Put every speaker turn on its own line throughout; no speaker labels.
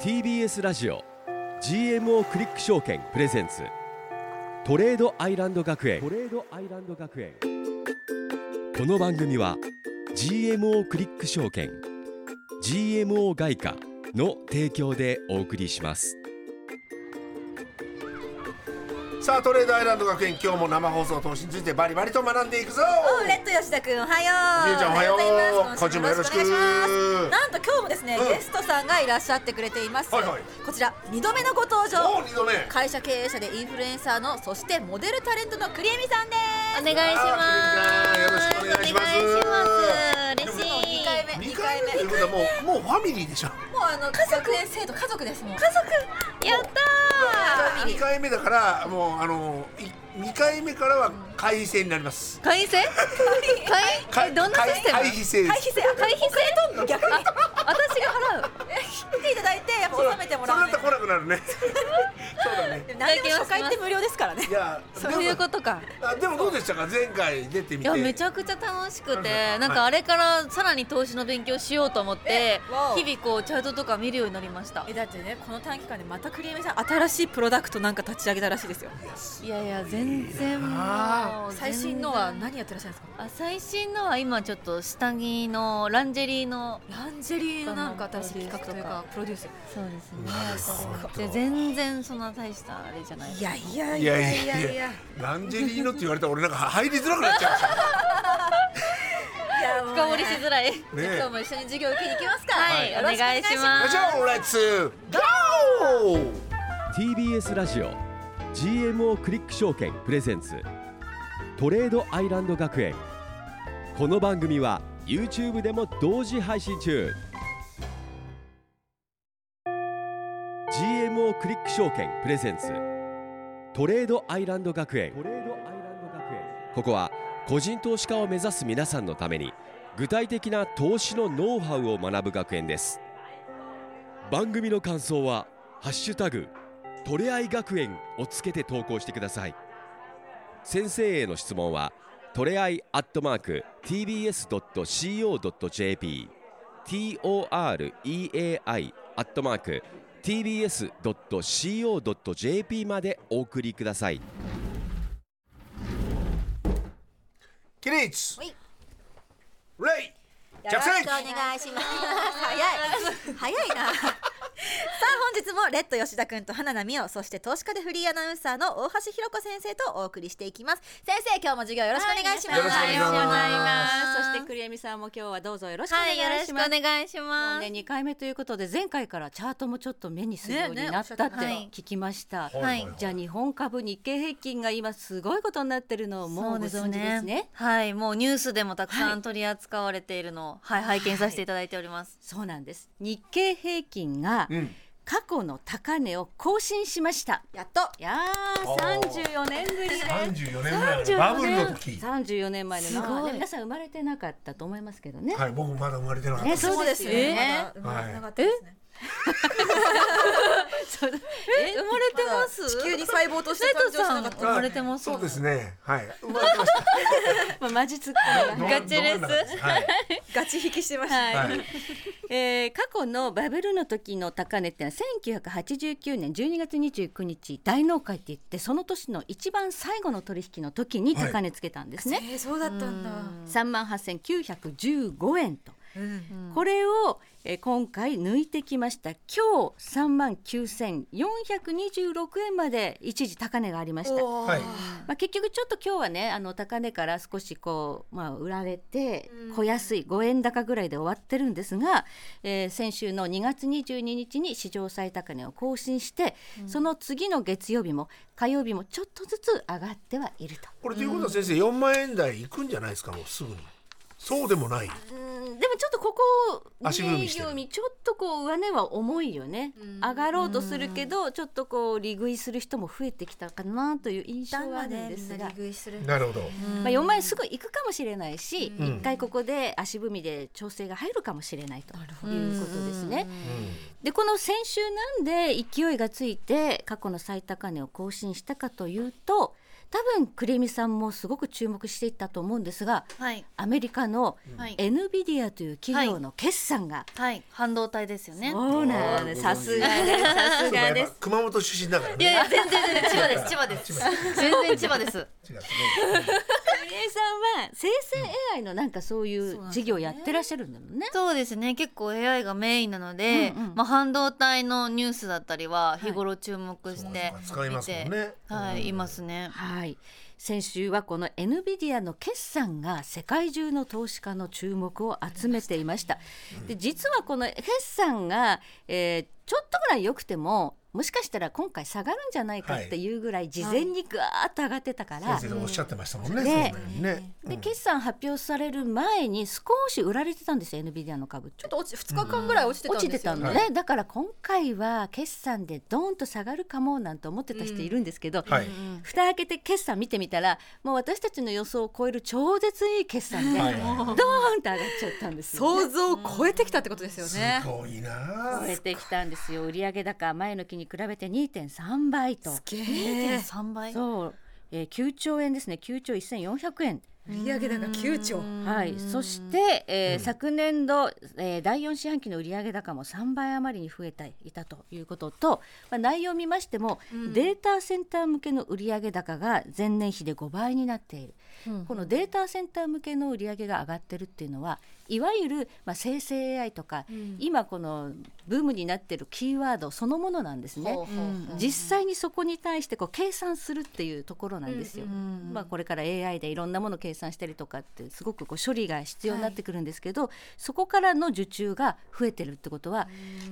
TBS ラジオ GMO クリック証券プレゼンツトレードアイランド学園トレードアイランド学園この番組は GMO クリック証券 GMO 外貨の提供でお送りします
さあトレードアイランド学園今日も生放送投資についてバリバリと学んでいくぞ
おうレッド吉田君おはよう
みゆちゃんおはよう
ございます
今週もよろしく
お願いますなんと今日もですね、
うん
ゲストさんがいらっしゃってくれています、
はいはい
こちら2度目のご登
お
場
お二度目
会社経営者でインフルエンサーのそしてモデルタレントのクリエミさんです
お願いします。
あー栗ちゃんよろしくお願いします
お願いします嬉しい
2。回目
二
2回目
ということはもうもうファミリーでしょ
もうあの家族年生と家族ですもん家族
やった
二回目だからもうあのい二回目からは会費制になります
ー。会員制？会員？えどんなシステム？
会費制で
会
す
費制あ会費制とんの逆に
あ私が払う。
来ていただいてやっぱ納めてもら
それ
わ
だ
ない
ったら来なくなるねそうだね
でも何でも初回って無料ですからね
いや
そういうことか。
とあでもどうでしたか前回出てみ
い
て
やめちゃくちゃ楽しく
は
て
い
なんかあれからさらに投資の勉強しようと思っ
え
て
わお
日々こうチャートとか見るようになりました
えだってねこの短期間でまたクリエミさん新しいプロダクトなんか立ち上げたらしいですよ
いやいや全然
あ
もう
最新のは何やってらっしゃるんですか
あ最新のは今ちょっと下着のランジェリーの
ランジェリーのなんか新しい企画というかプロデュース
そうですね
なるほど
で全然そんな大したあれじゃない
いやいや
い
い
や
や
い
い
やい
やい
や
やいや
ランジェリーのって言われたら俺なんか入りづらくなっちゃうし
もうね
深掘りしづらい
ねえ
今日も一緒に授業受けに行きますか
はい
よろく
お願いします
じゃあレッツゴー
TBS ラジオ GMO クリック証券プレゼンツトレードアイランド学園この番組は YouTube でも同時配信中 GMO クリック証券プレゼンツトレードアイランド学園ここは個人投資家を目指す皆さんのために具体的な投資のノウハウを学ぶ学園です番組の感想は「ハッシュタグトレアイ学園をつけて投稿してください先生への質問はトレアイアットマーク tbs.co.jp toreai アットマーク tbs.co.jp までお送りください
起立
はい
レイ
よろしくお願いします。早い、早いな。さあ本日もレッド吉田君と花奈美桜そして投資家でフリーアナウンサーの大橋ひろ子先生とお送りしていきます先生今日も授業よろしくお願いします、
よろしくお願いします
す
そして栗江美さんも今日はどうぞよろしくお
はい、よ
願
ろ
い
し
し
くお
ます。
願いし
も
ま
う
す。
ね2回目ということで前回からチャートもちょっと目にするように
ねね
なったって
おっしゃって
た
聞きました。
はい
じゃあ日本株日経平均が今すごいことになってるのをもうご存知ですね。
はい、もうニュースでもたくさ
は
ん
い
取り扱われているのを、はい、拝見させていただいております。
そうなんです。日経平均が
ん
過去の高値を更新しました。
やっと
いやー34年ぶりです。
34年前
34
時
34年前の
すごい
まあ皆さん生まれてなかったと思いますけどね。
はい僕まだ生まれてなかった
ねそうですよね。
まだ生まれなかったですね
そう
え、生まれてます。
地球に細胞として
レ
誕
ッ
生
ド
し
さ
なか
ん
っ、た
生まれてます。
そうですねはい生まれてまし
まあマジツッコミが
た
ガチレス
ど真ん中ですはい
ガチ引きしてました、
はい
はい
えー過去のバブルの時の高値ってのは1989年12月29日大納会って言ってその年の一番最後の取引の時に高値つけたんですね。
えー、そうだったんだ
3万8915円
う
と、
ん
これを、えー今回抜いてきました今日3万9426円まで一時高値がありました。
おー
はい
まあ、結局ちょっと今日はねあの高値から少しこう、まあ、売られて小安い5円高ぐらいで終わってるんですが、えー先週の2月22日に史上最高値を更新して、その次の月曜日も火曜日もちょっとずつ上がってはいると。
これということは先生4万円台行くんじゃないですかもうすぐにそうでもない
うんでもちょっとここ
足踏みしてる
営業にちょっとこう上値は重いよね、上がろうとするけどちょっとこう利食いする人も増えてきたかなという印象
だん
はあ
だ
る
ね
んで
みん
す
な
が
利。食いする
なるほど
まあ、4万円すぐ行くかもしれないし、一
ん
回ここで足踏みで調整が入るかもしれないということですね。でこの先週なんで勢いがついて過去の最高値を更新したかというと多分栗見さんもすごく注目していったと思うんですが
はい
アメリカの
はい
エヌビディアという企業の決算が、
はい半導体ですよね
そうなんです
あー
さすがですさすがで
やっ
す
ぱ熊本出身だから
い
ね
やいや全然全然千葉です千葉です全然千葉です
違うね
栗見さんは生成 AI のなんかそういう事業やってらっしゃるんだもんね
そうですね結構 AI がメインなので、
うんうん
まあ、半導体のニュースだったりは日頃注目して見て、
そうか使いますもんね
はい、
うん
いますね
はい先週はこの NVIDIA の決算が世界中の投資家の注目を集めていましたで実はこの決算が、えーちょっとぐらい良くてももしかしたら今回下がるんじゃないかっていうぐらい事前にぐわーっと上がってたから、
先生がおっしゃってましたもんね。
ね
そういうのね。
で決算発表される前に少し売られてたんですよ NVIDIA の株
ちょっと落ち2日間ぐらい落ちてたん
落
ですよ、
ちてたのね、だから今回は決算でドーンと下がるかもなんて思ってた人いるんですけど、
はい。
蓋開けて決算見てみたらもう私たちの予想を超える超絶いい決算で、
はい
ドーンと上がっちゃったんですよ、ね。
想像を超えてきたってことですよ
す
ね。
ごいな
超えてきたんですよ売上高前の期に比べて2.3倍と
すげえ。
3倍
そう、えー、9兆円ですね9兆1400円
売上高9兆。
はい、そして、えー昨年度、えー第4四半期の売上高も3倍余りに増えていたということと、まあ、内容を見ましても、データセンター向けの売上高が前年比で5倍になっている、このデータセンター向けの売上が上がってるっていうのはいわゆる、まあ、生成 AI とか、今このブームになってるキーワードそのものなんですね。
ほうほうほう
実際にそこに対してこう計算するっていうところなんですよ。まあ、これから AI でいろんなもの計算したりとかってすごくこう処理が必要になってくるんですけど、そこからの受注が増えてるってことは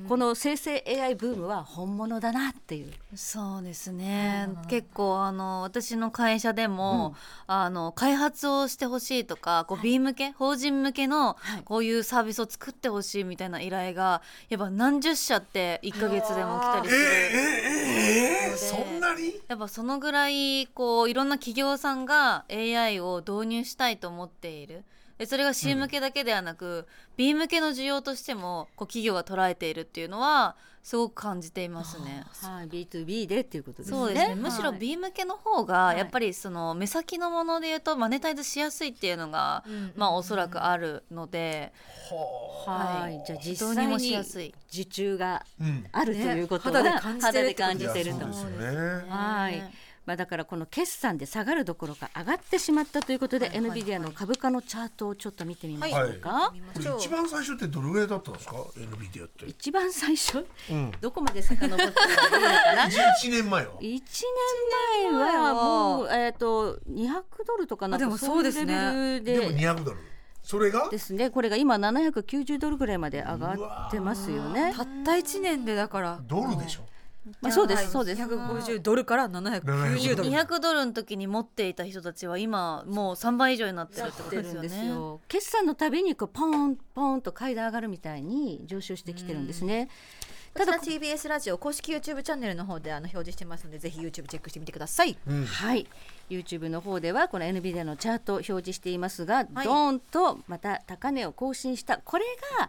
この生成 AI ブームは本物だなっていう。
そうですね、結構あの私の会社でも、あの開発をしてほしいとかこう B 向け、法人向けの
はい
こういうサービスを作ってほしいみたいな依頼がやっぱ何十社って1か月でも来たり
え
す
ー
る。
えーえーそんなに？
やっぱそのぐらいこういろんな企業さんが AI を導入したいと思っているでそれが C 向けだけではなく、B 向けの需要としてもこう企業が捉えているっていうのはすごく感じていますね。
はい、B2B でっていうことですね。
そうですね、むしろ
はい
B 向けの方がやっぱりその目先のもので言うとマネタイズしやすいっていうのが、まあおそらくあるので、
はい
はい
じゃあ実
導
際
入
に
もしやすい
受注が
うん。
あるということは、
ね肌で感じてるってこと
肌で感じ
いや
てると
そうですよね。
はい
ね。
まあだからこの決算で下がるどころか上がってしまったということで、
はいはいはい
NVIDIA の株価のチャートをちょっと見てみましょうか。
これ一番最初ってどれぐらいだったんですか？NVIDIA って。
一番最初、
ん
どこまで遡ってもいいのかな。
11年前は。
1年前はもうえっ、と200ドルとかなん
あで
か
も
そういう
そう
レ
です
ベ
ね
ルで
でも200ドル。それが？
ですねこれが今790ドルぐらいまで上がってますよね。
たった1年でだから。
ドルでしょ。
まあそうですそうです。
150ドルから790ドル。
200ドルの時に持っていた人たちは今もう3倍以上になってるってことですよね。
決算のたびにこうポンポンと階段上がるみたいに上昇してきてるんですね。
ただ TBS ラジオ公式 YouTube チャンネルの方であの表示してますのでぜひ YouTube チェックしてみてください。
はい、YouTube の方ではこの NVIDIA のチャートを表示していますが、ドーンとまた高値を更新したこれが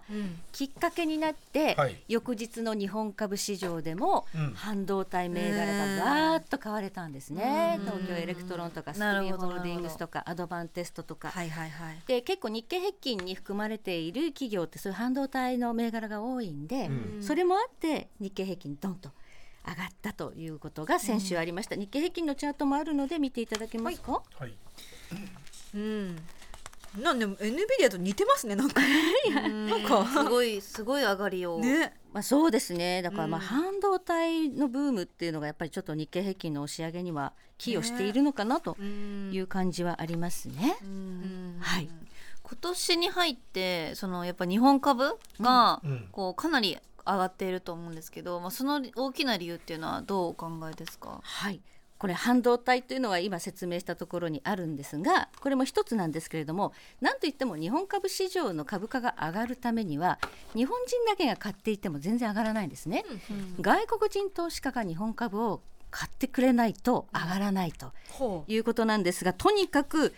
きっかけになって、
はい
翌日の日本株市場でも半導体銘柄がわーっと買われたんですね、東京エレクトロンとかスクリ
なる
ーン
ほど
ホールディングスとかアドバンテストとか。
いはいはい。
で結構日経平均に含まれている企業ってそういう半導体の銘柄が多いんで、それもあって日経平均ドンと上がったということが先週ありました、日経平均のチャートもあるので見ていただけますか、
はい。
うん。なんでも NVIDIA と似てますねなんか。
なんかすごいすごい上がりを。
ね。
まあ、そうですねだからまあ半導体のブームっていうのがやっぱりちょっと日経平均の押し上げには寄与しているのかなという感じはありますね。はい、
今年に入ってそのやっぱ日本株が
うん
こうかなり上がっていると思うんですけど、まあ、その大きな理由っていうのはどうお考えですか
はい、これ半導体というのは今説明したところにあるんですがこれも一つなんですけれどもなんといっても日本株市場の株価が上がるためには日本人だけが買っていても全然上がらないんですね。外国人投資家が日本株を買ってくれないと上がらないと
ほう。
いうことなんですがとにかく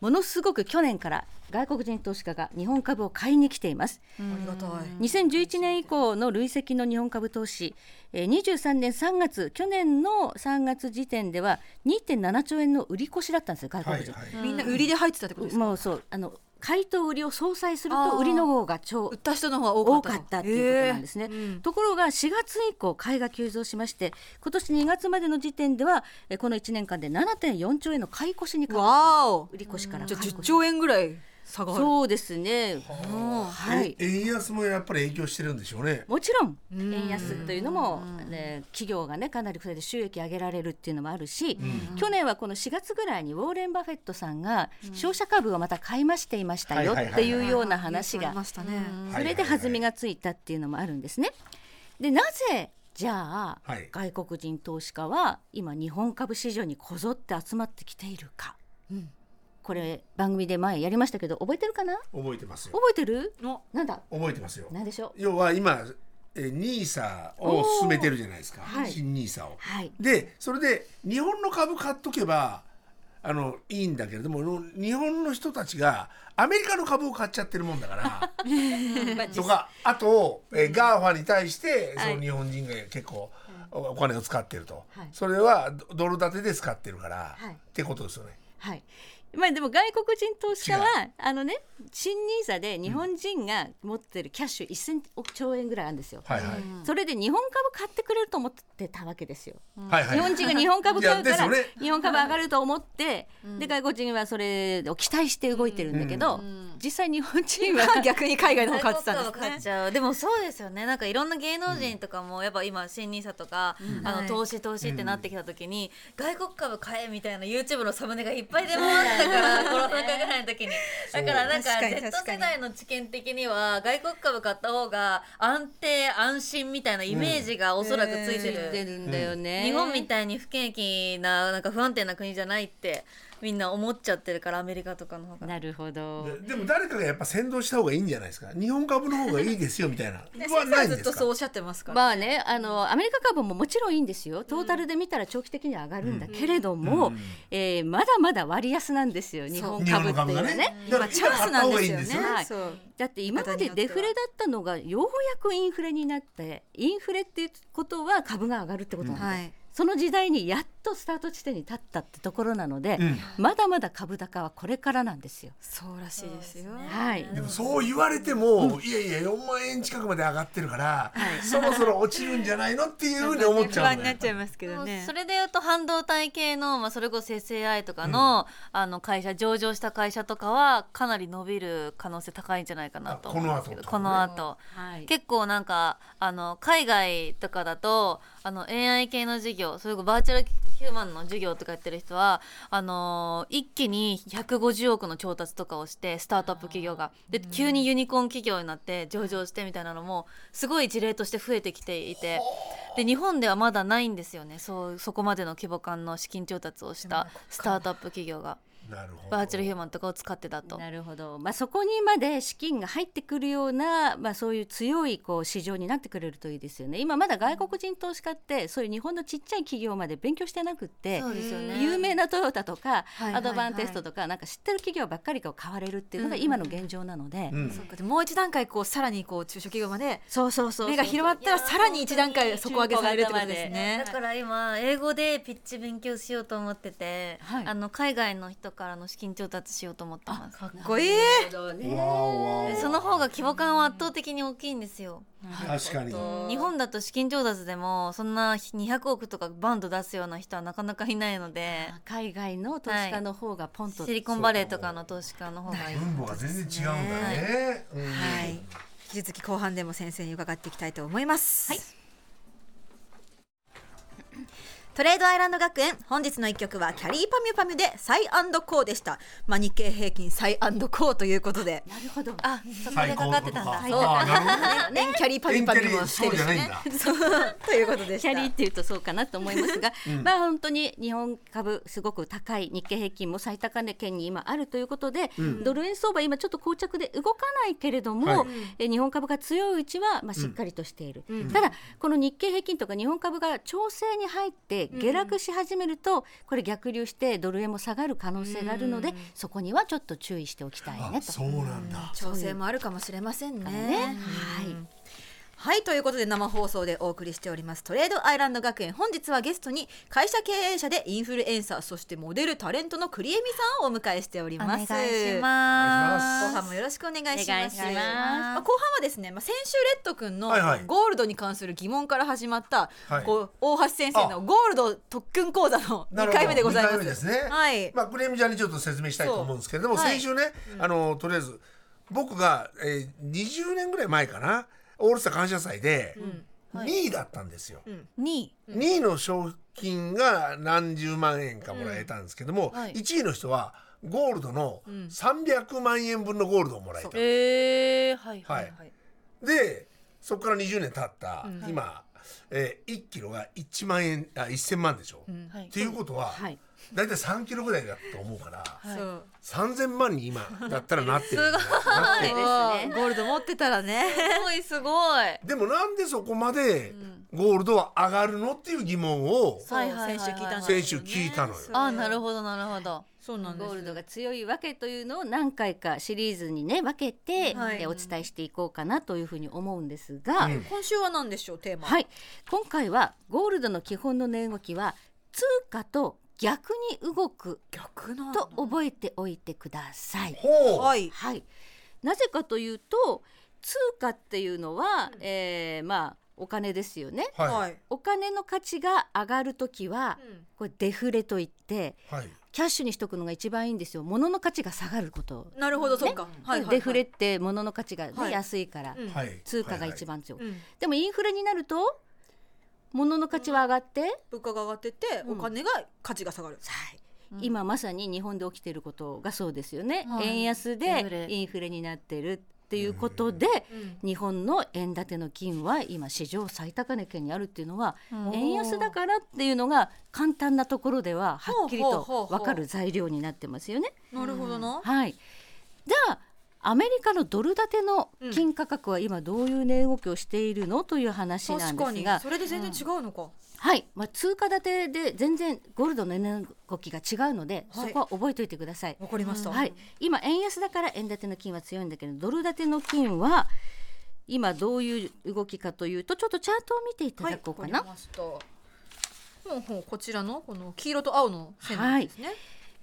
ものすごく去年から外国人投資家が日本株を買いに来ています。
ありがたい
2011年以降の累積の日本株投資、えー23年3月、去年の3月時点では2.7兆円の売り越しだったんですよ、外
は
国
い
人。
はい
みんな売りで入ってたってことですか、
もうそうあの買いと売りを相殺する
あ
と
ー
売りの方が超
売った人の方が
多
多かった
かったっていうことなんですね。
へーうん
ところが4月以降買いが急増しまして今年2月までの時点ではえこの1年間で7.4兆円の買い越しに変わっ
わお
売り越しから
じゃあ
買い越
10
し
兆円ぐらい下がる
そうですね。はい
え円安もやっぱり影響してるんでしょうね
もちろん
うん
円安というのも、ね、企業がねかなりそれで収益上げられるっていうのもあるし、去年はこの4月ぐらいにウォーレン・バフェットさんが商社株をまた買い増していましたよ
は
っ
いはいはいはい
ていうような話
あ
が
りましたね、
はい
それで弾みがついたっていうのもあるんですね。でなぜじゃあ、
はい
外国人投資家は今日本株市場にこぞって集まってきているか、
ん
これ番組で前やりましたけど覚えてるかな
覚えてますよ
覚えてる
お
なんだ
覚えてますよ
なんでしょう
要は今えニーサを進めてるじゃないですか、
はい
新ニーサを。
はい
でそれで日本の株買っとけばあのいいんだけれども日本の人たちがアメリカの株を買っちゃってるもんだからとかあと、えーガーファに対してその日本人が結構おお金を使ってると、
はい
それはドドル建てで使ってるから、
はい
ってことですよね。
はい。まあでも外国人投資家は
違
あのね新ニーサで日本人が持ってるキャッシュ1000億兆円ぐらいあるんですよ。
はいはい、
それで日本株買ってくれると思ってたわけですよ。
はいはい
日本人が日本株買うか
いや
ら
ですよね
日本株上がると思って、で外国人はそれを期待して動いてるんだけど、実際日本人は
逆に海外の方が買ってたんです
買っ
ね
ちゃうでもそうですよねなんかいろんな芸能人とかもやっぱ今新ニーサとか、あ
は
の
い
投資投資ってなってきた時に、外国株買えみたいな YouTube のサムネがいっぱい出回ってたから56回ぐらいの時にだからなんか
確かに
Z
確かに
世代の知見的には外国株買った方が安定安心みたいなイメージがお そらくついてる、
出るんだよね。
日本みたいに不景気ななんか不安定な国じゃないってみんな思っちゃってるからアメリカとかの方が。
なるほど。
ででも誰かがやっぱ先導した方がいいんじゃないですか日本株の方がいいですよみたいなはないん
ず
で
っ
す
とそうお
か
っしゃってますから、
まあねあのアメリカ株ももちろんいいんですよトータルで見たら長期的には上がるんだけれども、えーまだまだ割安なんですよ日本
日本
株
の株が
っていうのはね
ねだから
チャンスなん
今買った方
ですよ
がいいん
ね
ですよ
はい
そう
だって今までデフレだったのがようやくインフレになってインフレっていうことは株が上がるってことなんで、
はい
その時代にやっとスタート地点に立ったってところなので、
うん
まだまだ株高はこれからなんですよ。
そうらしいですよ
はい
でもそう言われても、いやいや4万円近くまで上がってるから、そろそろ落ちるんじゃないのっていうふうに思っち
不
ゃうの
安に
よ
なっちゃいますけどね
それでいうと半導体系の、まあ、それこそ生成 AI とかの,、あの会社上場した会社とかはかなり伸びる可能性高いんじゃないかなと思うんですけど
あこ
こ
の
の後
はい
結構なんかあの海外とかだとあの AI 系の授業それこそバーチャルヒューマンの授業とかやってる人はあのー一気に150億の調達とかをしてスタートアップ企業がで急にユニコーン企業になって上場してみたいなのもすごい事例として増えてきていてで日本ではまだないんですよねそうそこまでの規模感の資金調達をしたスタートアップ企業が
なるほど
バーチャルヒューマンとかを使ってたと。
なるほど、まあ、そこにまで資金が入ってくるような、まあ、そういう強いこう市場になってくれるといいですよね。今まだ外国人投資家ってそういう日本のちっちゃい企業まで勉強してなくって、
そうですよね
有名なトヨタとか、
いはいはい
アドバンテストとかなんか知ってる企業ばっかりが買われるっていうのが今の現状なので、
うん
そうかでもう一段階こうさらにこう中小企業まで
そうそうそうそう
目が広まったらさらに一段階底上げされるってことですね
だから今英語でピッチ勉強しようと思ってて、
はい
あの海外の人からの資金調達しようと思ってます
かっこいい
でその方が規模感は圧倒的に大きいんですよ
確かに
日本だと資金調達でもそんな200億とかバンド出すような人はなかなかいないので
海外の投資家の方がポンと、
シリコンバレーとかの投資家の方がいい
分母が全然違うんだね、うん
はい引き続き後半でも先生に伺っていきたいと思います、はい、トレードアイランド学園本日の一曲はキャリーパミュパミュでサイコーでした、まあ、日経平均サイコーということで
なるほど
あそこでかかってたんだ
最高のことかあーなるほどね
ねキャリーパ
エ
ミュ
ン
パ
テ
ミ
リ
ュもし
そ
て
う
る
じ
し
ゃないん
ね
だ
そうということでし
キ
た
ャリーっていうとそうかなと思いますが、まあ本当に日本株すごく高い日経平均も最高値圏に今あるということで、ドル円相場今ちょっと膠着で動かないけれども、
はい
え日本株が強いうちはまあしっかりとしている、ただこの日経平均とか日本株が調整に入ってで下落し始めると、これ逆流してドル円も下がる可能性があるので、
うん
そこにはちょっと注意しておきたい
あ
ね と。
そうなんだ
調整もあるかもしれませんね。
ね
はいはいということで生放送でお送りしておりますトレードアイランド学園本日はゲストに会社経営者でインフルエンサーそしてモデルタレントの栗江美さんをお迎えしており
お
ま
願
す
いし
後
ます
半もよろしくお願いし
お願
ま
い
す
します
あ後半はですね、まあ、先週レッド君の
はいはい
ゴールドに関する疑問から始まった、
はい
こう大橋先生のゴールド特訓講座の
なるほ
2
ど
回目でございま
二
す
回目ですね。
はい
まあクレームちゃんにちょっと説明したいと思うんですけれども、
そうはい
先週ね、あのとりあえず僕が、えー、20年ぐらい前かな、オールスター感謝祭で2位だったんですよ。
二位
2位の賞金が何十万円かもらえたんですけども、
うんはい
1位の人はゴールドの300万円分のゴールドをもらえた。
えー、はいはいはい、
でそこから20年経った、
うん
今、えー、1キロが1万円あ1000万でしょ、
う
っ
ん
はい
ていうことは、
はい
大体3キロぐらいだと思うから
はい
そう
3000万に今だったらなってるんだよなってる
うんゴールド持ってたらね
すごいすごい
でもなんでそこまでゴールドは上がるのっていう疑問を
そう
はいはいはいはい
先週聞いたの
先週聞いたのよ、
あなるほどなるほど
そうなんで
ゴ
す
ールドが強いわけというのを何回かシリーズにね分けて、
はい
えーお伝えしていこうかなというふうに思うんですが、
うん
今週は何でしょうテーマ
はい今回はゴールドの基本の値動きは通貨と逆に動く
逆なんだ
と覚えておいてください。
ほう、
はい
はい、なぜかというと通貨っていうのは、えーまあお金ですよね。
はい
は
はい
い
お金の価値が上がるときは、これデフレといってキャッシュにしとくのが一番いいんですよ。物の価値が下がること。
なるほどそっかはいはいはい
デフレって物の価値がね、
はい
安いから、
うん
はい
通貨が一番強い、
うん
でもインフレになると物の価値は上がって、
物価が上がってて
うん
お金が価値が下がる
うん
今まさに日本で起きていることがそうですよね、
はい
円安
デ
で
フレ
インフレになってるっていうことで、日本の円建ての金は今史上最高値圏にあるっていうのは、
うん
円安だからっていうのが簡単なところでははっきり
ほうほうほう
と
ほう
分かる材料になってますよね。
なるほどな
はい、じゃあアメリカのドル建ての金価格は今どういう値動きをしているのという話な
確
んで
か
す
に
が、
それで全然違うのか
はいまあ、通貨建てで全然ゴールドの値動きが違うので、
はい
そこは覚えておいてください。
わかりました
はい、今円安だから円建ての金は強いんだけどドル建ての金は今どういう動きかというとちょっとチャートを見ていただこうかな。
はいわりましたほうほうこちらのこの黄色と青の線なんですね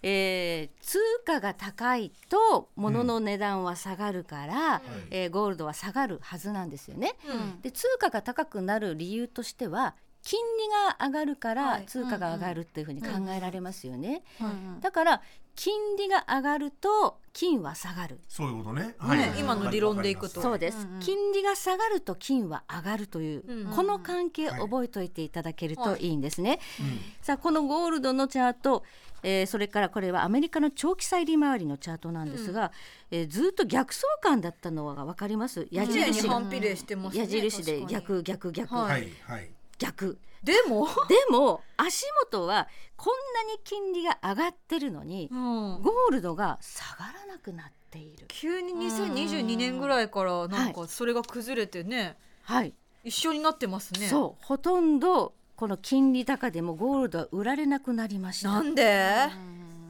えー通貨が高いと物の値段は下がるから、えーゴールドは下がるはずなんですよね。
うん
で通貨が高くなる理由としては金利が上がるか
は
ら
い
通貨が上がるっていうふうに考えられますよね。
うん
だから金利が上がると金は下がる。
そういうことね、
ね今の理論でいくと
そうです、
うんうん
金利が下がると金は上がるという、
うん
この関係
はい
覚えておいていただけると
はい
いいんですね。
うん
さあこのゴールドのチャート、えーそれからこれはアメリカの長期債利回りのチャートなんですが、えーずっと逆相関だったのが分かります矢
綺麗に
印が
反比例してますね
矢印
確
で
かに
逆逆逆、
は
はいはい
逆
でも
でも足元はこんなに金利が上がってるのに、
うん
ゴールドが下がらなくなっている。
急に2022年ぐらいからなん
は
かそれが崩れてね
はい
一緒になってますね
そうほとんどこの金利高でもゴールドは売られなくなりました
なんで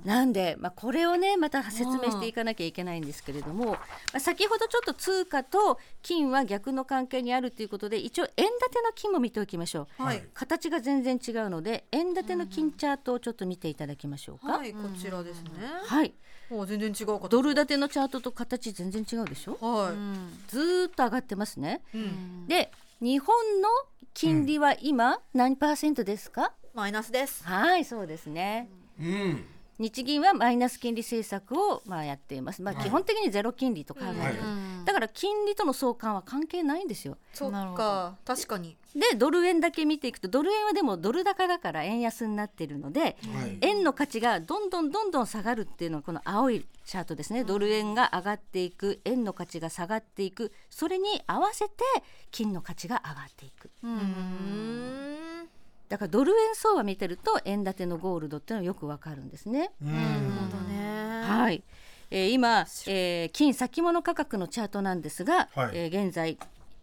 なんで、まあ、これをねまた説明していかなきゃいけないんですけれども、まあ、先ほどちょっと通貨と金は逆の関係にあるということで一応円建ての金も見ておきましょう、
はい
形が全然違うので円建ての金チャートをちょっと見ていただきましょうか、
はい、こちらですね。
はい
もう全然違うかと。
ドル建てのチャートと形全然違うでしょ
う
は
ん
ずーっと上がってますね
い。うん。
で日本の金利は今何パーセントですか、
マイナスです。
はいそうですね
うん
日銀はマイナス金利政策をまあやっています、まあ、
はい
基本的にゼロ金利と考えてる、
はい
だから金利との相関は関係ないんですよ
そっ
なるほ
か、確かに。
でドル円だけ見ていくとドル円はでもドル高だから円安になってるので、
はい
円の価値がどんどんどんどん下がるっていうのはこの青いチャートですねドル円が上がっていく円の価値が下がっていくそれに合わせて金の価値が上がっていく
うん
うん。
だからドル円相場見てると円建てのゴールドっていうのはよくわかるんですね。
うん
そうだね。
はい。えー今、えー金先物価格のチャートなんですが、
はい
えー現在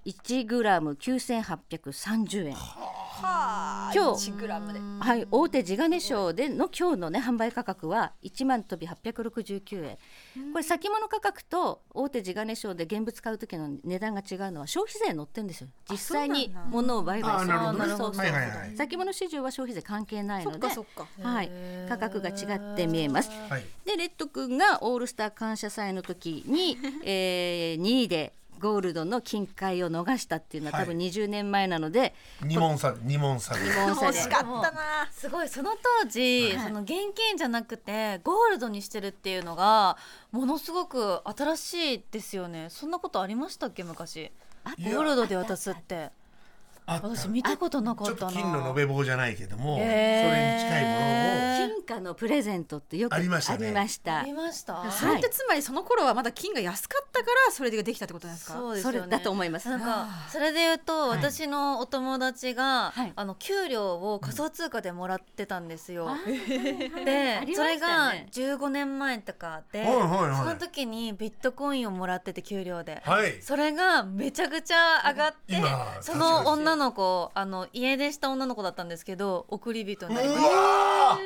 1グラム9830円。
はあ
今日
1グラムで
はい、大手地金賞での今日のね販売価格は1万飛び869円、これ先物価格と大手地金賞で現物買う時の値段が違うのは消費税乗ってるんですよ実際に物を売買
あ
す
あ
る
なるほどね
そうそうそう
はいはいはい
先物市場は消費税関係ない
そっ
ので
かそっか
はい、価格が違って見えます
はい
でレッド君がオールスター感謝祭の時に、 えー、2位でゴールドの金塊を逃したっていうのは多分
はい
20年前なので、
二問差二問差で
日本
惜
製で
しかったな
すごいその当時、その現金じゃなくてゴールドにしてるっていうのがものすごく新しいですよねそんなことありましたっけ昔
い
ゴ
や
ールドで渡すって
あった
私
ち
見たことなか
ょ
っ
ったと
な
金の延べ棒じゃないけども、
へー
それに近いものを
金貨のプレゼントってよく
あ
あ
り
り
ま
ま
し
したた。
ね
ありました
はい
それってつまりその頃はまだ金が安かったからそれでできたってことなんですか
そうです
そ
よね
れだと思います。
なんかそれで言うと私のお友達が、
はい
あの給料を仮想通貨でもらってたんですよ。
あ
で、
ありましたね
それが15年前とかで、
はいはいはい
その時にビットコインをもらってて給料で、
はい
それがめちゃくちゃ上がって
今
その女の子あの家出した女の子だったんですけど送り人に
う
なりまし
わ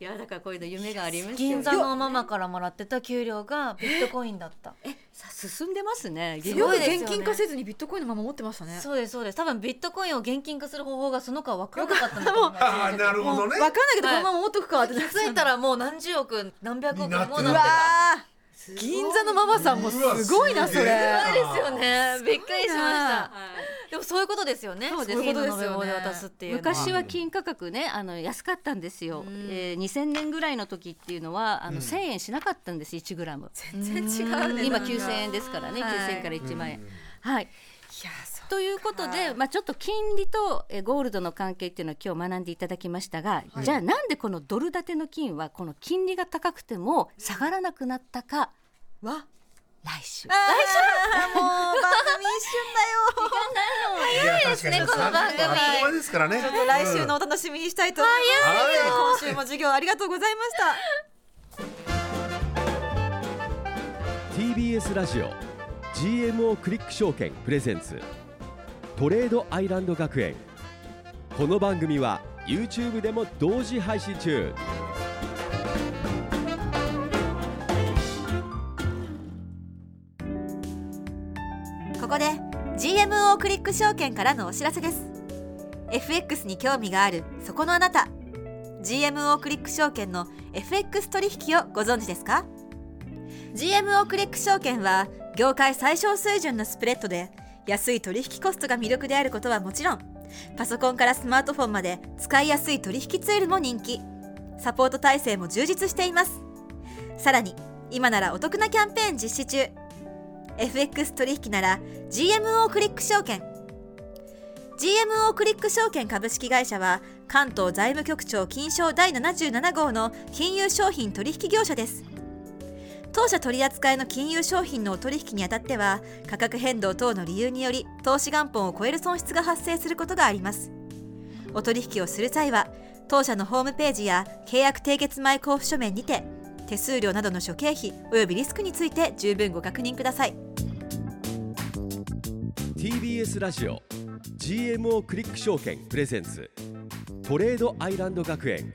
いやだからこういうの夢があります
た
よ
銀座のママからもらってた給料がビットコインだった。
さ進んでますね。
す
よ
ご
く
いですよね
現金化せずにビットコインのまま持ってましたね
そうですそうです多分ビットコインを現金化する方法がその子は分からなかったんだ と思います
ーあーなるほどね
分かんないけどこ
はい
のまま持っとくかって
気づいたらもう何十億何百億もなって
にな
う
た
わー銀座のママさんもすごいなそ
すげえ
れ
すごいですよねびっくりしましたでもそういうことですよね
そうです
金の延べ棒で渡すっていうのは
昔は金価格ねあの安かったんですよ、えー、2000年ぐらいの時っていうのはあの、1000円しなかったんです1グラム
全然違うね
今
なんか
9000円ですからね、
はい
9000円から1万円、はい
いやそう
ということで、まあ、ちょっと金利とえーゴールドの関係っていうのは今日学んでいただきましたが、じゃあなんでこのドル建ての金はこの金利が高くても下がらなくなったかは来
来週
週。
もう番組一瞬だよ
早いです
ねこの番組
あっという間ですからね
来週のお楽しみにしたいと思います。今週も授業ありがとうございました。
TBS ラジオ GMO クリック証券プレゼンツトレードアイランド学園この番組は YouTube でも同時配信中
ここで GMO クリック証券からのお知らせです FX に興味があるそこのあなた GMO クリック証券の FX 取引をご存知ですか GMO クリック証券は業界最小水準のスプレッドで安い取引コストが魅力であることはもちろんパソコンからスマートフォンまで使いやすい取引ツールも人気サポート体制も充実していますさらに今ならお得なキャンペーン実施中 FX 取引なら GMO クリック証券 GMO クリック証券株式会社は関東財務局長金賞第77号の金融商品取引業者です当社取扱いの金融商品のお取引にあたっては価格変動等の理由により投資元本を超える損失が発生することがありますお取引をする際は当社のホームページや契約締結前交付書面にて手数料などの諸経費およびリスクについて十分ご確認ください
TBS ラジオ GMO クリック証券プレゼンツトレードアイランド学園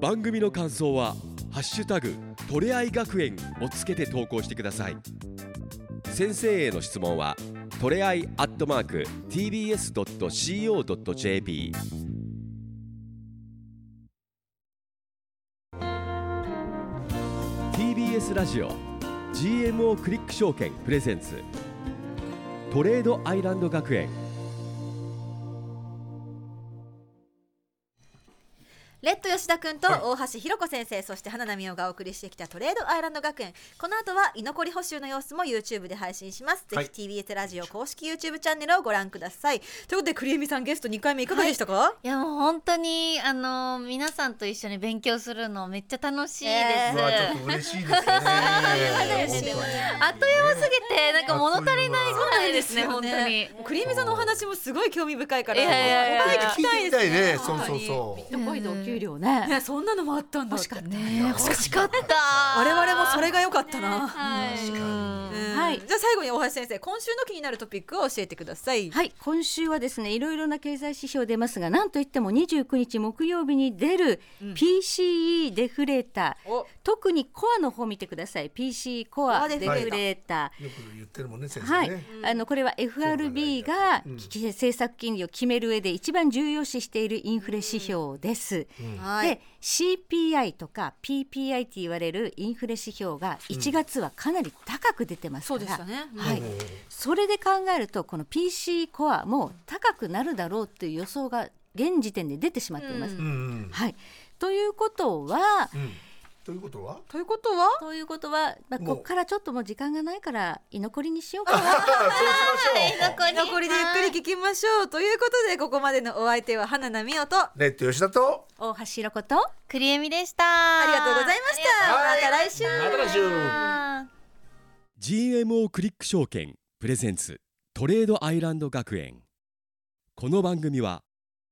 番組の感想は「ハッシュタグトレアイ学園」をつけて投稿してください先生への質問はトレアイアットマーク TBS.CO.JP TBS ラジオ GMO クリック証券プレゼンツトレードアイランド学園
レッド吉田君と大橋ひろ子先生、そして花奈美桜がお送りしてきたトレードアイランド学園この後は居残り補修の様子も YouTube で配信しますぜ
はい
ひ TBS ラジオ公式 YouTube チャンネルをご覧くださいということで栗江美さんゲスト2回目いかがでしたか、
いやもう本当にあの皆さんと一緒に勉強するのめっちゃ楽しいです、
え
うわちょっと嬉しいですね本
あっという間すぎてなんか物足りないぐらいですね
そう
本
な
当
んですよね
に
栗江美さんのお話もすごい興味深いから
いやいやいや
お会い聞き
当
た
に
い
聞いてみ
です
たいね
本
そう
当
そう
に
そう
トコインの
給料ね。
ねそんなのもあったんだって
ね
欲しかった我々もそれが良かったな、
はい
うん
はい
じゃあ最後に大橋先生今週の気になるトピックを教えてください、
はい、今週はですね、いろいろな経済指標出ますが、なんといっても29日木曜日に出る PCE デフレーター、
お
特にコアの方見てください。PCE コア
コアデ
デ
フ
フ
レーター
レータ
よく言ってるもんね先
ー。は
生
い
ね、、
あのこれは FRB が
うん
き政策金利を決める上で一番重要視しているインフレ指標です。
はい
で CPI とか PPI って言われるインフレ指標が1月はかなり高く出てます
そう
か
で
ら、
したね、
はい、それで考えるとこの PC コアも高くなるだろうという予想が現時点で出てしまっていま
う
す。
んうん
はい、ということは
うんということは
ということは
ということは、まあ、
もう
ここからちょっともう時間がないから居残りにしようか な。
そうしましょう
残りでゆっくり聞きましょうということでここまでのお相手は花奈美音とあ
レッド吉田と
大橋ひろこと
クリエミでした
り
あ
がとうございました
あ
ま
り
た
が
来週
また来週
GMO クリック証券プレゼンツトレードアイランド学園この番組は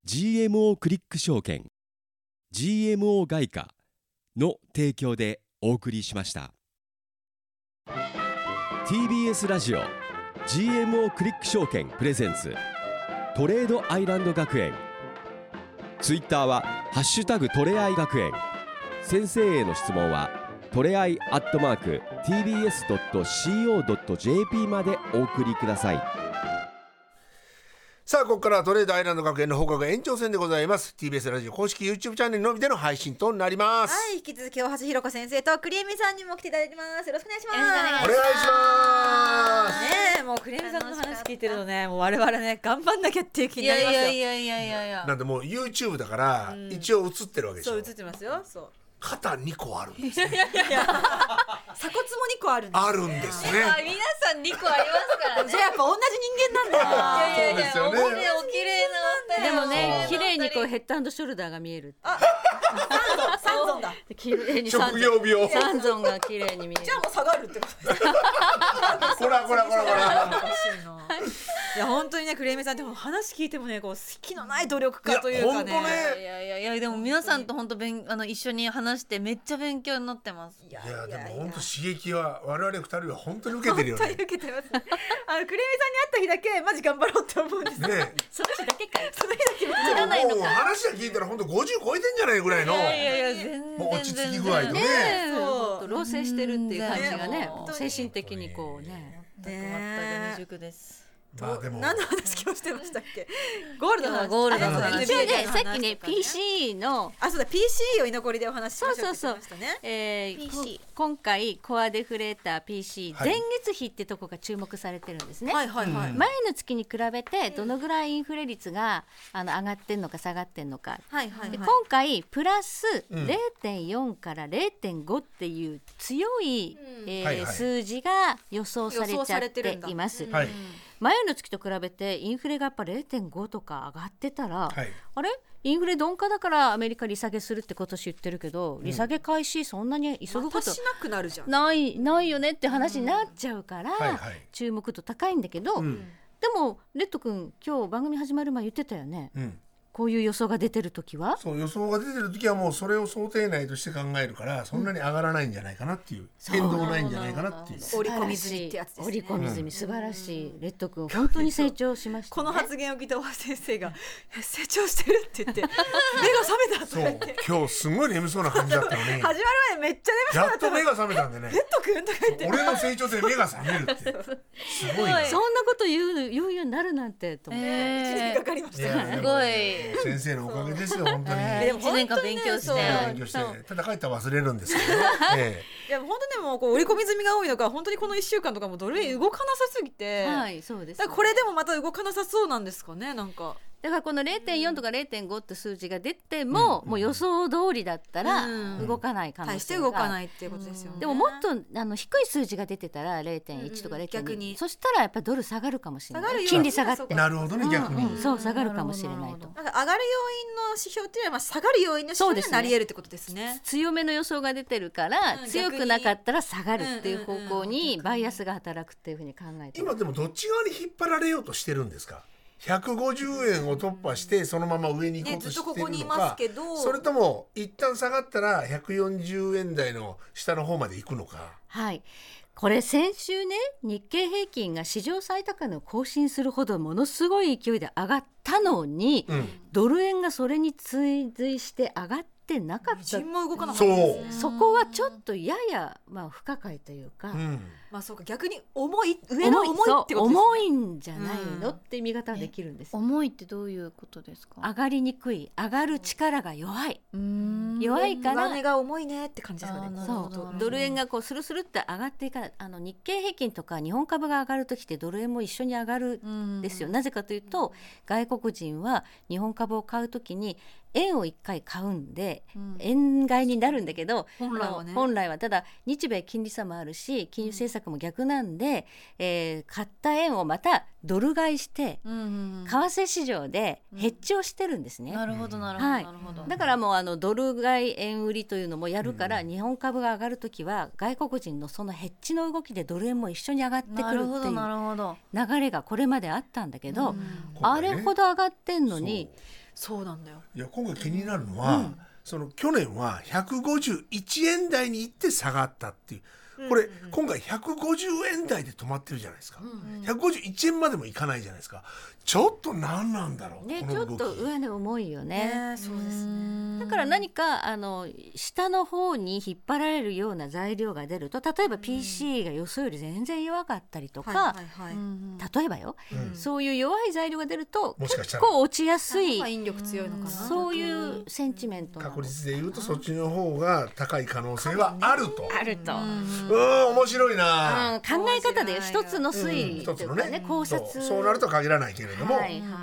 GMO クリック証券 GMO 外貨の提供でお送りしました TBS ラジオ GMO クリック証券プレゼンツトレードアイランド学園ツイッターは「ハッシュタグトレアイ学園」先生への質問は「トレアイアットマーク TBS.CO.JP までお送りください
さあここからはトレードアイランド学園の放課後延長戦でございます TBS ラジオ公式 YouTube チャンネルのみでの配信となります、
はい引き続き大橋ひろ子先生とクリエミさんにも来ていただいてますよろしくお願いします
よろしくお願いします
お願いします
ねえもうクリエミさんの話聞いてるとねもう我々ね頑張んなきゃっていう気
い
にな
や
りま
い
すよ
やいやいやいやいや
なんでもう YouTube だから一応映ってるわけでしょ、
そう映ってますよそう
肩2個あるんです
いやいやいや鎖骨も2個あるんです
あるんですね
あ皆さん2個ありますからね
じゃあやっぱ同じ人間なんだ
いやい
そうです
やいや
よね
お綺麗お綺麗なお二人
でもね綺麗にこう
う
ヘッドショルダーが見える
三尊だ
綺麗に三
職
尊
業病
三尊が綺麗に見える
じゃあもう下がるってこと
こらこらこらこら
いや本当にねクレイメさんでも話聞いてもねこう隙のない努力
いや
家というか
本当
ね
ね
いやいやいやでも皆さんと本当勉あの一緒に話してめっちゃ勉強になってます
いや
いやでも本当刺激は我々二人は本当に受けてるよ
本当
ね
に受けてますねあのクレイメさんに会った日だけマジ頑張ろうって思うんですよ
ね
その日だけかよ
その日だけ
えでももう話は聞いたら本当50超えてんじゃないぐらいの
いやいやいや全然
もう落ち着き具合とね
ね
そう
ほんと老成してるっていう感じが
ね
ね
本当に
精神的にこうね
全然全く全く塾です
まあでも
何の話今日してましたっけゴールドの話
ゴールド
の話
一応ねさっきね
PC
PC の
あそうだ PC を居残りでお話ししましょうって言ってましたね
えーこ今回コアデフレーター PC
はい
前月比ってとこが注目されてるんですね、
はいはいはい
前の月に比べてどのぐらいインフレ率があの上がってんのか下がってんのか、
はいはい
で
は
今
い
回プラス
うん
0.4から0.5っていう強い、えー
はいはい
数字が予想され
予想
ちゃ
さ
っ
れてるん
て
だ
います、
はい
前の月と比べてインフレがやっぱ0.5とか上がってたら、
はい
あれインフレ鈍化だからアメリカ利下げするって今年言ってるけど利下げ開始そんなに急
ま
ぐこ
た
と
しなくなるじゃん
ないないよねって話になっちゃうから、
はいはい
注目度高いんだけど、
うん
でもレッド君今日番組始まる前言ってたよね
うん
こういう予想が出てる時は
そう予想が出てる時はもうそれを想定内として考えるからそんなに上がらないんじゃないかなっていう変動ないんじゃないかなっていう
織り込み済みってやつですね
織り込み済み素晴らしいレッド君本当に成長しました、ね、
この発言を聞いた大橋先生がえ成長してるって言 って目が覚めたと
そ
か言っ
う
て
今日すごい眠そうな感じだったのに
始まる前めっちゃ眠そう
や
だ
っ
った
と
の
目
レッ
が覚めたんでね
ド君とか言って
俺の成長で目が覚めるって すごいな
そんなこと言う言うようになるなんてと思って、
一
え
年
ー
かかりまし
い
た
や
すごい
でも先生のおかげですよ本当にね
でも
一年間勉強して
本当に
勉強
ねそう
してただ帰ったら忘れるんですけどねえ
いや本当でもこう織り込み済みが多いのか本当にこの一週間とかもどれ動かなさすぎて、
はいそうです
だからこれでもまた動かなさそうなんですかねなんか
だからこの0.4とか0.5って数字が出ても、もう予想通りだったら
うん
動かない可能
大し
性
て
が、
動かないっていうことですよね
でももっとあの低い数字が出てたら0.1とか
うんうん
0.2、
逆に
そしたらやっぱドル下がるかもしれ
下
な
がる
い
よ
金利下がって
えなるほどね逆
うんう
に
んそう下がるかもしれないと
なんか上がる要因の指標っていうのはまあ下がる要因の指標にはなり得るってことですね
強めの予想が出てるから、
うん
強くなかったら下がるっていう方
うんうん
向
うん逆
にバイアスが働くっていうふうに考えて
今
る
でもどっち側に引っ張られようとしてるんですか150円を突破してそのまま上に行こ
ね
う
ず
と
っ
して
とここ
るのか、
にいますけど
それとも一旦下がったら140円台の下の方まで行くのか
はい。これ先週ね日経平均が史上最高値を更新するほどものすごい勢いで上がったのに、
うん
ドル円がそれに追随して上がってなかった
人も動かなかった
そう、
ですね
そこはちょっとやや、まあ、不可解というか、
うん、
まあそうか逆に重い上の重いってことですね
重いそう重いんじゃないの
うん
って見方はできるんですよ、
重いってどういうことですか
上がりにくい上がる力が弱い、
うん
弱いから
上値が重いねって感じですか
あー
ね
なる
そ
ほど
うドル円がこうスルスルって上がっていかないあの日経平均とか日本株が上がる時ってドル円も一緒に上がるんですよ、なぜかというと外国人は日本株を買う時に円を1回買うんで
うん
円買いになるんだけど
本来はね
あの本来はただ日米金利差もあるし金融政策も逆なんで、えー買った円をまたドル買いして
うんうんうん
為替市場でヘッジをしてるんですね。
なるほどなるほど
はい
なるほど
だからもうあのドル買い円売りというのもやるから、日本株が上がるときは外国人のそのヘッジの動きでドル円も一緒に上がってく
な
る
る
っ
ほ
て
ど
い
な
う
るほど
流れがこれまであったんだけど、
今
あ
回ね
れほど上がってんのに
そう
そうなんだよ
いや今回気になるのは、その去年は151円台に行って下がったっていうこれ、今回150円台で止まってるじゃないですか、151円までもいかないじゃないですかちょっと何なんだろう、
ね
こ
ちょ
の
っ
動き
と上値重いよね。
ねそうですね
だから何かあの下の方に引っ張られるような材料が出ると例えば PC が予想より全然弱かったりとか、
はいはいはい
例えばよ、そういう弱い材料が出ると
もしかした
結
ら
構落ちやすい
まあ引力強いのかな
そういうセンチメントなの
確率で言うとそっちの方が高い可能性はあると、
あると、
うーん面白いな、
うん、考え方で一つの推理
一
と
つ
いう
の
か
ね
ね、考
そう
察
そうなるとは限らないけれども、
はいはいま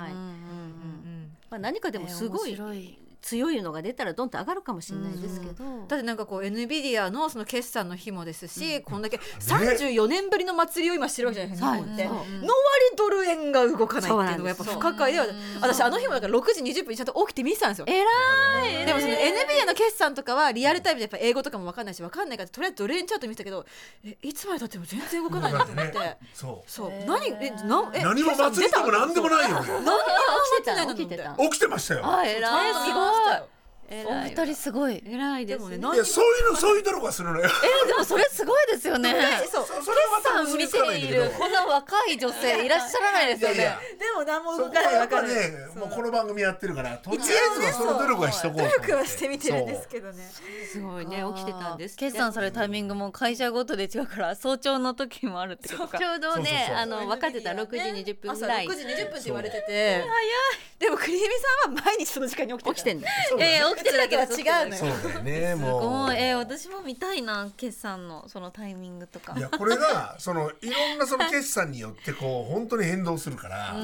あ、何かでもすごい
えー面白い
強いのが出たらどんと上がるかもしれないですけど、
だってなんかこう NVIDIA のその決算の日もですし、こんだけ34年ぶりの祭りを今してるわけじゃないですか、
はい
日本って。
そう
の割ドル円が動かないっていうのがやっぱ不可解では私あの日もだから6時20分にちゃんと起きて見てたんですよ。
えらい
でもその NVIDIA の決算とかはリアルタイムでやっぱ英語とかも分かんないし分かんないからとりあえずドル円チャート見てたけどえいつまでたっても全然動かないなと思って、
そう
そう何えなんえ
何も祭りでも何でもないよ
何にも起きてないの
起きてた
み
の
起きてましたよ
あえらい
たいなちゃんと見ましたよ
え
お
らい
二人すごい
えらい
で
です
も
ね
ね何
いやそういうのそういう努力はするのよ
えでもそれすごいですよね
そう
そそれは
さ
また
ん
結び
見
つかな
て
いん
い
だけど
るこんな若い女 性いらっしゃらないですよ
いやいや
ね
でも何も
そ
動
こ
か
は
ない分
やっ
か
ぱ
る
ねもうこの番組やってるからとりあえずは
一応
そ
ね
の努力はしとこうと思
努力はしてみてるんです
ど
けどね
すごいね起きてたんですって
決算されるタイミングも会社ごとで違うから早朝の時もあるってことか
ちょうどね
そうそうそう
あの分かってた6時20分ぐらい
朝6時20分って言われてて早いでもクリーミさんは毎日その時間に起きて
起きてん
の
だ
えー、起きてるだけだ
うちらとは違うのよ
そうだよね
す
も
ご
う
いえー、私も見たいな決算のそのタイミングとか
いやこれがそのいろんなその決算によってこう本当に変動するから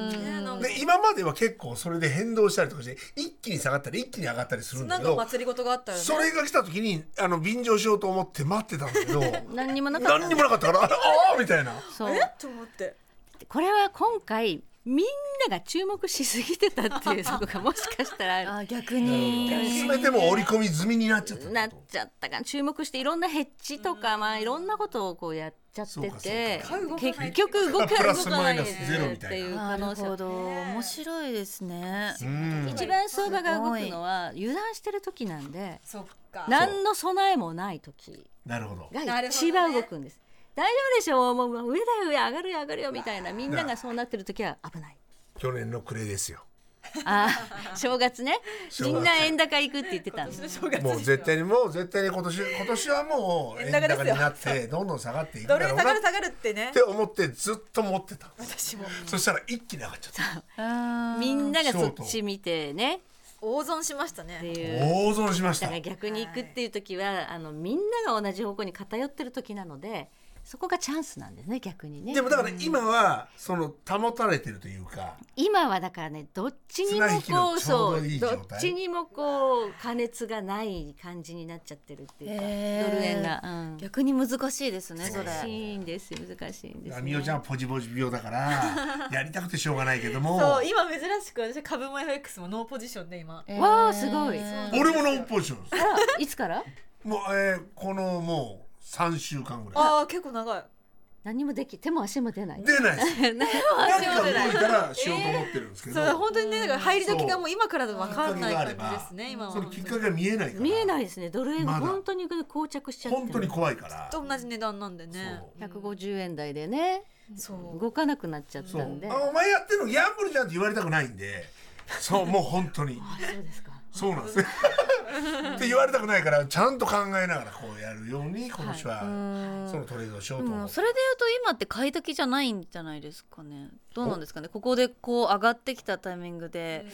で今までは結構それで変動したりとかして一気に下がったり一気に上がったりするん
な
だ
ん
け
かお
ど
祭り事があったらね
それが来た時にあの便乗しようと思って待ってたん だけど
何にもなかった
何にもなかったからあれああみたいな
そう
えと思って
これは今回みんなが注目しすぎてたって いうのがもしかしたらある
あ逆に
全てもう織り込み済みになっちゃったってこと
なっちゃったか注目していろんなヘッジとか、まあいろんなことをこうやっちゃっ
そう
て
か
て
そう
結局動か
プ
動
ラス
かな
マイ
い
ナ
っ
スゼロみたいな
ていう可
な
能
る
性
ほど面白いですね
うん
一番相場が動くのは油断してる時なんで
そっか
何の備えもない時
なるほど
が一番動くんです、大丈夫でしょうもう上だよ上上がるよ上がるよみたいなみんながそうなってる時は 危ない
去年の暮れですよ
あー正月ね
正
み
月
んな円高行くって言ってたの
もう絶対にもう絶対に今年今年はもう円高になってどんどん下がっていくだ
ドル
ろ
円
う
下が
な
る
っ
下がるってね
て思ってずっと持ってた
私も
そしたら一気に上がっちゃった
みんながそっ
ショー
ち見てね
大損しました
って
ね
いう
大損しました
だから逆に行くっていう時は、あのみんなが同じ方向に偏ってる時なのでそこがチャンスなんですね逆にね
でもだから今はその保たれてるというか
今はだからねどっちにも
綱引き
こ
のちょ
う
う
そ
どいいう状態
どっちにもこう加熱がない感じになっちゃってるっていうか、
へー
ドル円が、うん、
逆に難しいですねそれ
難しいんですよ難しいんです
みおちゃんはポジポジ病だからやりたくてしょうがないけども
そう今珍しく私株も FX もノーポジションで今
えー
わあすごい
俺もノーポジションです
あらいつから
もうえーこのもう3週間ぐらい
ああ結構長い
何もでき手も足も 出ない。
出ないです
ね
何か動いたらしようと思ってるんですけど、
そう本当にねだから入り時がもう今からだと分かんない
そう
感じですね今は
そのきっかけが見えないから
見えないですね。ドル円が
まだ
本当に膠着しちゃってる。
本当に怖いから
と同じ値段なんでね
そ
150円台でね
そう
動かなくなっちゃっ
そう
た
あ
んで。
お前やってるのギャンブルじゃんって言われたくないんでそうもう本当に
あそうですか。
そうなんです ねって言われたくないからちゃんと考えながらこうやるように今年はそのトレードをしよう
で
と思
も
う
それで言うと今って買い時じゃないんじゃないですかねどうなんですかねここでこう上がってきたタイミングで、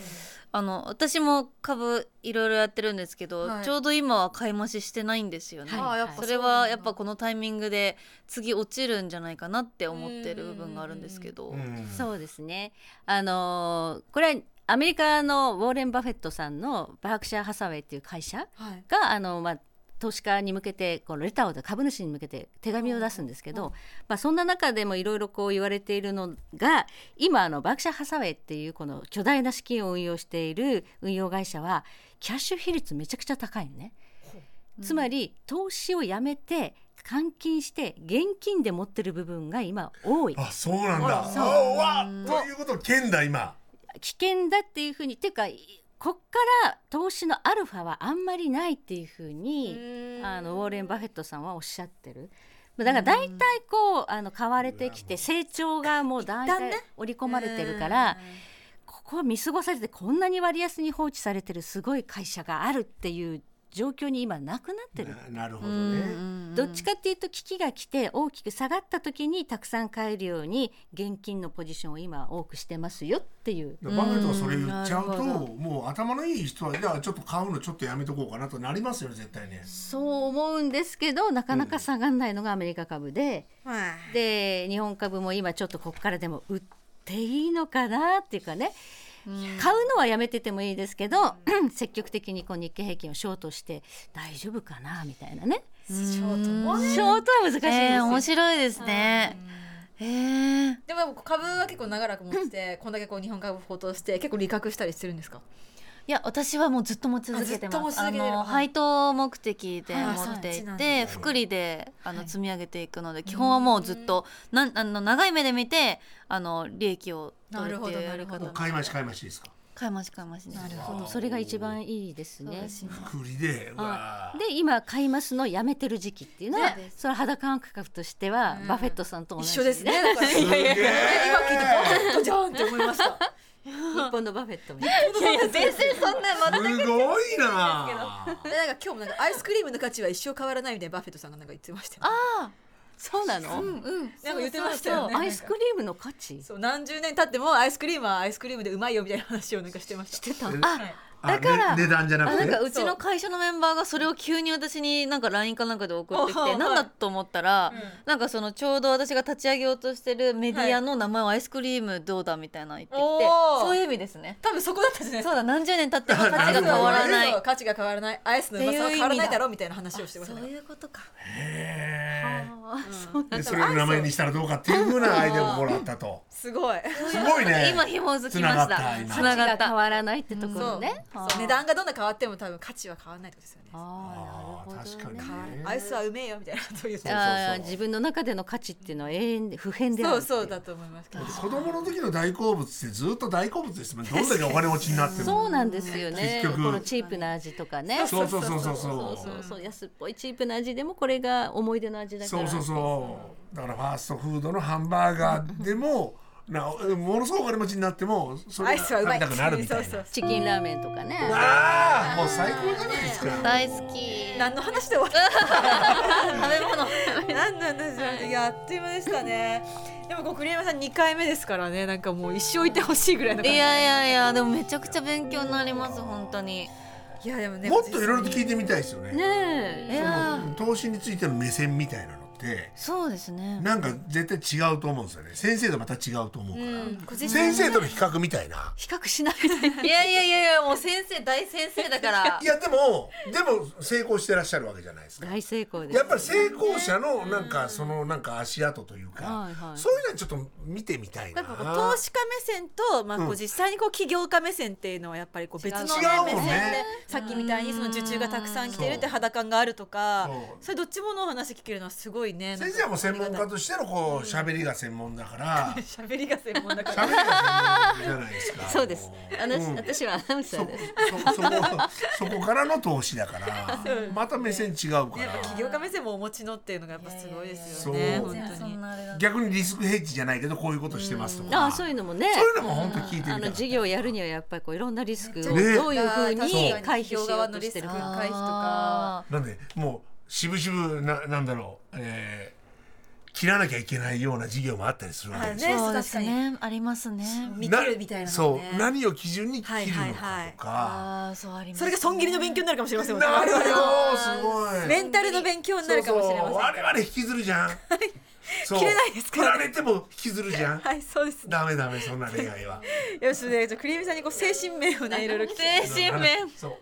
あの私も株いろいろやってるんですけど、
はい
ちょうど今は買い増ししてないんですよね、
ああやっぱ
そ
そう
れ
なん
は
だ
やっぱこのタイミングで次落ちるんじゃないかなって思ってる部分があるんですけど、
うん
そうですね。あのーこれはアメリカのウォーレン・バフェットさんのバークシャー・ハサウェイっていう会社
はい
があの、まあ、投資家に向けてこのレターを出株主に向けて手紙を出すんですけど、まあ、そんな中でもいろいろこう言われているのが今あのバークシャー・ハサウェイっていうこの巨大な資金を運用している運用会社はキャッシュ比率めちゃくちゃ高いのね。つまり投資をやめて換金して現金で持ってる部分が今多い
あそうなんだ
そう
あうわということを剣だ今
危険だっていうふうにっていうかいこっから投資のアルファはあんまりないっていうふうにあのウォーレン・バフェットさんはおっしゃってる。だから大体こうあの買われてきて成長がもう大体織り込まれてるからここは見過ごされてこんなに割安に放置されてるすごい会社があるっていう状況に今なくなってる
ななるほどね
どっちかっていうと危機が来て大きく下がった時にたくさん買えるように現金のポジションを今多くしてますよっていう
バフェットがそれ言っちゃうと
うんなる
もう頭のいい人はじゃあちょっと買うのちょっとやめとこうかなとなりますよね絶対ね
そう思うんですけどなかなか下がらないのがアメリカ株で、
はい
で日本株も今ちょっとここからでも売っていいのかなっていうかね、買うのはやめててもいいですけど、 積極的にこう日経平均をショートして大丈夫かなみたいなね
ショートも
ショートは難しいですよ、
えー面白いですね、えー
でも株は結構長らく持っててこんだけこう日本株高騰して結構利確したりしてるんですか
いや私はもうずっと持ち続
あ
けて
ずっと持
ま
ち
す。
続
あ
けてる
の配当目的で持ってい
あそう
て、福利であの積み上げていくので、基本はもうずっとなんあの長い目で見てあの利益を取るっていうや
なるほどな
り方
るほ
な
ど
んで。
買い増し買い増しですか
買い増し買い増しです。なるほ
うんそれが一番いいですね。
栗でうわー
で今買いますのやめてる時期っていうのはその肌感覚としてはバフェットさんと同
一
じ
緒ですねだから
すげえ
本当じゃんって思いました
日本のバフェットもね
いやいや全然そんなまだ
すごいな
でなんか今日もなんかアイスクリームの価値は一生変わらないみたいなバフェットさんがなんか言ってましたよ、ね。
そうな
な
の、
んか言ってましたよね。
アイスクリームの価値
そう何十年経ってもアイスクリームはアイスクリームでうまいよみたいな話をなんかしてました。してた。
あだから、ね値段じゃな
あ
く
な
て
ん
ね
かうちの会社のメンバーがそれを急に私になんか LINE かなんかで送ってき
おはい
てなんだと思ったらなんかそのちょうど私が立ち上げようとしてるメディアの名前をアイスクリームどうだみたいなの言ってきて
おー
そういう意味ですね
多分そこだったじゃないです
そ
か。
うだ何十年経っても価値が変わらない
そう価値が変わらない。アイスのうまさは変わらないだろうみたいな話をしてました、ね。
いうことか
へ
そう
ーでそれを名前にしたらどうかっていうふうなアイデアももらったと
すごい。
すごいね
今紐づき
繋が
まし
ったた今
つなが
価
っ
値が変
た
わらないってところね
そう
あ
そう
ー
値段がどんな変わっても多分価値は変わらないってことですよね。
ああなるほどね
確かにね
アイスはうめえよみたいなことを言ってまし
あー自分の中での価値っていうのは永遠で不変で
た。
あ
そうそ
る
うだと思いますけど。
子供の時の大好物ってずっと大好物ですもんねどんだけお金持ちになって
そ
も
うなんですよね
結局
このチープな味とかね
そうそうそうそうそう
そうそうそう安っぽいチープな味でもこれが思い出の味だか
そ
ら
うそうそうだからファーストフードのハンバーガーで もなものすごいお金持ちになってもそ
ア
れ
イ
が
スは
食
うま
べ
い。
たくなるみたいな
そうそう
チキンラーメンとかね
ああもう最高じゃないですか
大好き
何の話で終わった
食べ物
なんなんですよね。いやあっという間でしたね。でもこう栗山さん二回目ですからね。なんかもう一生いてほしいぐらいの
い
感
や
じ。
いやいやでもめちゃくちゃ勉強になります本当に
いやでもね。
もっといろいろと聞いてみたいですよね
ねえ
いやー
投資についての目線みたいなのって
そうですね
なんか絶対違うと思うんですよね先生とまた違うと思うから、
実
先生との比較みたいな
比較 しないみたいない
やいやいやいやもう先生大先生だから
いやでもでも成功してらっしゃるわけじゃないですか
大成功です
やっぱり成功者のなんかそのなんか足跡というか
はいはい
そういうのはちょっと見てみたいな
なんかこう投資家目線と、まあ、こ
う
うん実際にこう起業家目線っていうのはやっぱりこう別の、ね
違うもんね
目線でさっきみたいにその受注がたくさん来てるって肌感があるとか
そう
それどっちものお話聞けるのはすごごいね
先生はもう専門家としてのこう喋りが専門だから
喋りが専門だから
喋りが専門じゃないですか
そうですあの、
うん
私はアナウンサ
そ
ー
こ
です
そそこそこからの投資だからまた目線違うか
ねやっぱ
ら
起業家目線もお持ちのっていうのがやっぱすごいですよ
いやいやい
ね
や
本
全然
当
そん
に
なあれだ
逆にリスクヘッジじゃないけどこういうことしてますとか
あそういうのもね
そういうのも本当聞いてみたか
あ
った
の事業をやるにはやっぱりこういろんなリスクをどう
ね
いうふうに
そう
回避しようと
企
してる
業側のリスク
か
回避とか
なんでもうしぶしぶななんだろう、えー切らなきゃいけないような事業もあったりするわけですよ、
ね
そうで
確
す
かに
ねありますね
見切るみたいなの
そ
ね
う何を基準に切
はい
るの
はい
か
は
と
い
か、
ああそうあります
それが損切りの勉強になるかもしれませんもんね
なるよすごい
メンタルの勉強になるかもし
そ
れ
う
ま
そう
せん
我々引きずるじゃんそう
切れないですから
振られても引きずるじゃん
はいそうですね
ダメダメそんな恋愛は
よしねじゃあクリームさんにこう精神面をねいろいろ聞きぜ
精神面
そう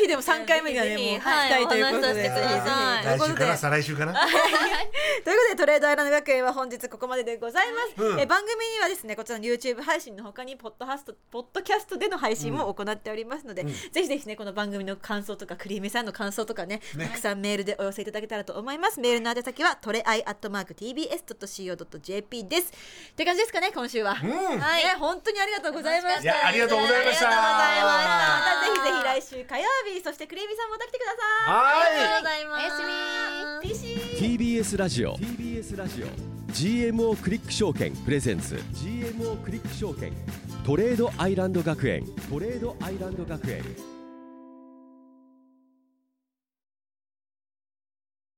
ひでも三回目がねもう
ぜひ
聞き
はい
たいということで
お話しさせてください
とい
来
うこと
週か
で
な再来週かな
ということでトレードアイランド学園は本日ここまででございます、
うん
え番組にはですねこちらの YouTube 配信の他にポッドハストポッドキャストでの配信も行っておりますので、ぜひぜひねこの番組の感想とかクリームさんの感想とかね
ね
たくさんメールでお寄せいただけたらと思いますメールの宛先はトレアイアットマーク TBS.CO.JP ですって感じですかね今週は、
うん
はい、ね、本当にありがとうございました
いやありがとうございました
ありがとうございましたまたぜひぜひ来週火曜日そしてクリームさんもまた来てくださ
は
い
い
ありがとうございますおやすみ
TBS ラジオ TBS ラジオ GMO クリック証券プレゼンツ GMO クリック証券トレードアイランド学園トレードアイランド学園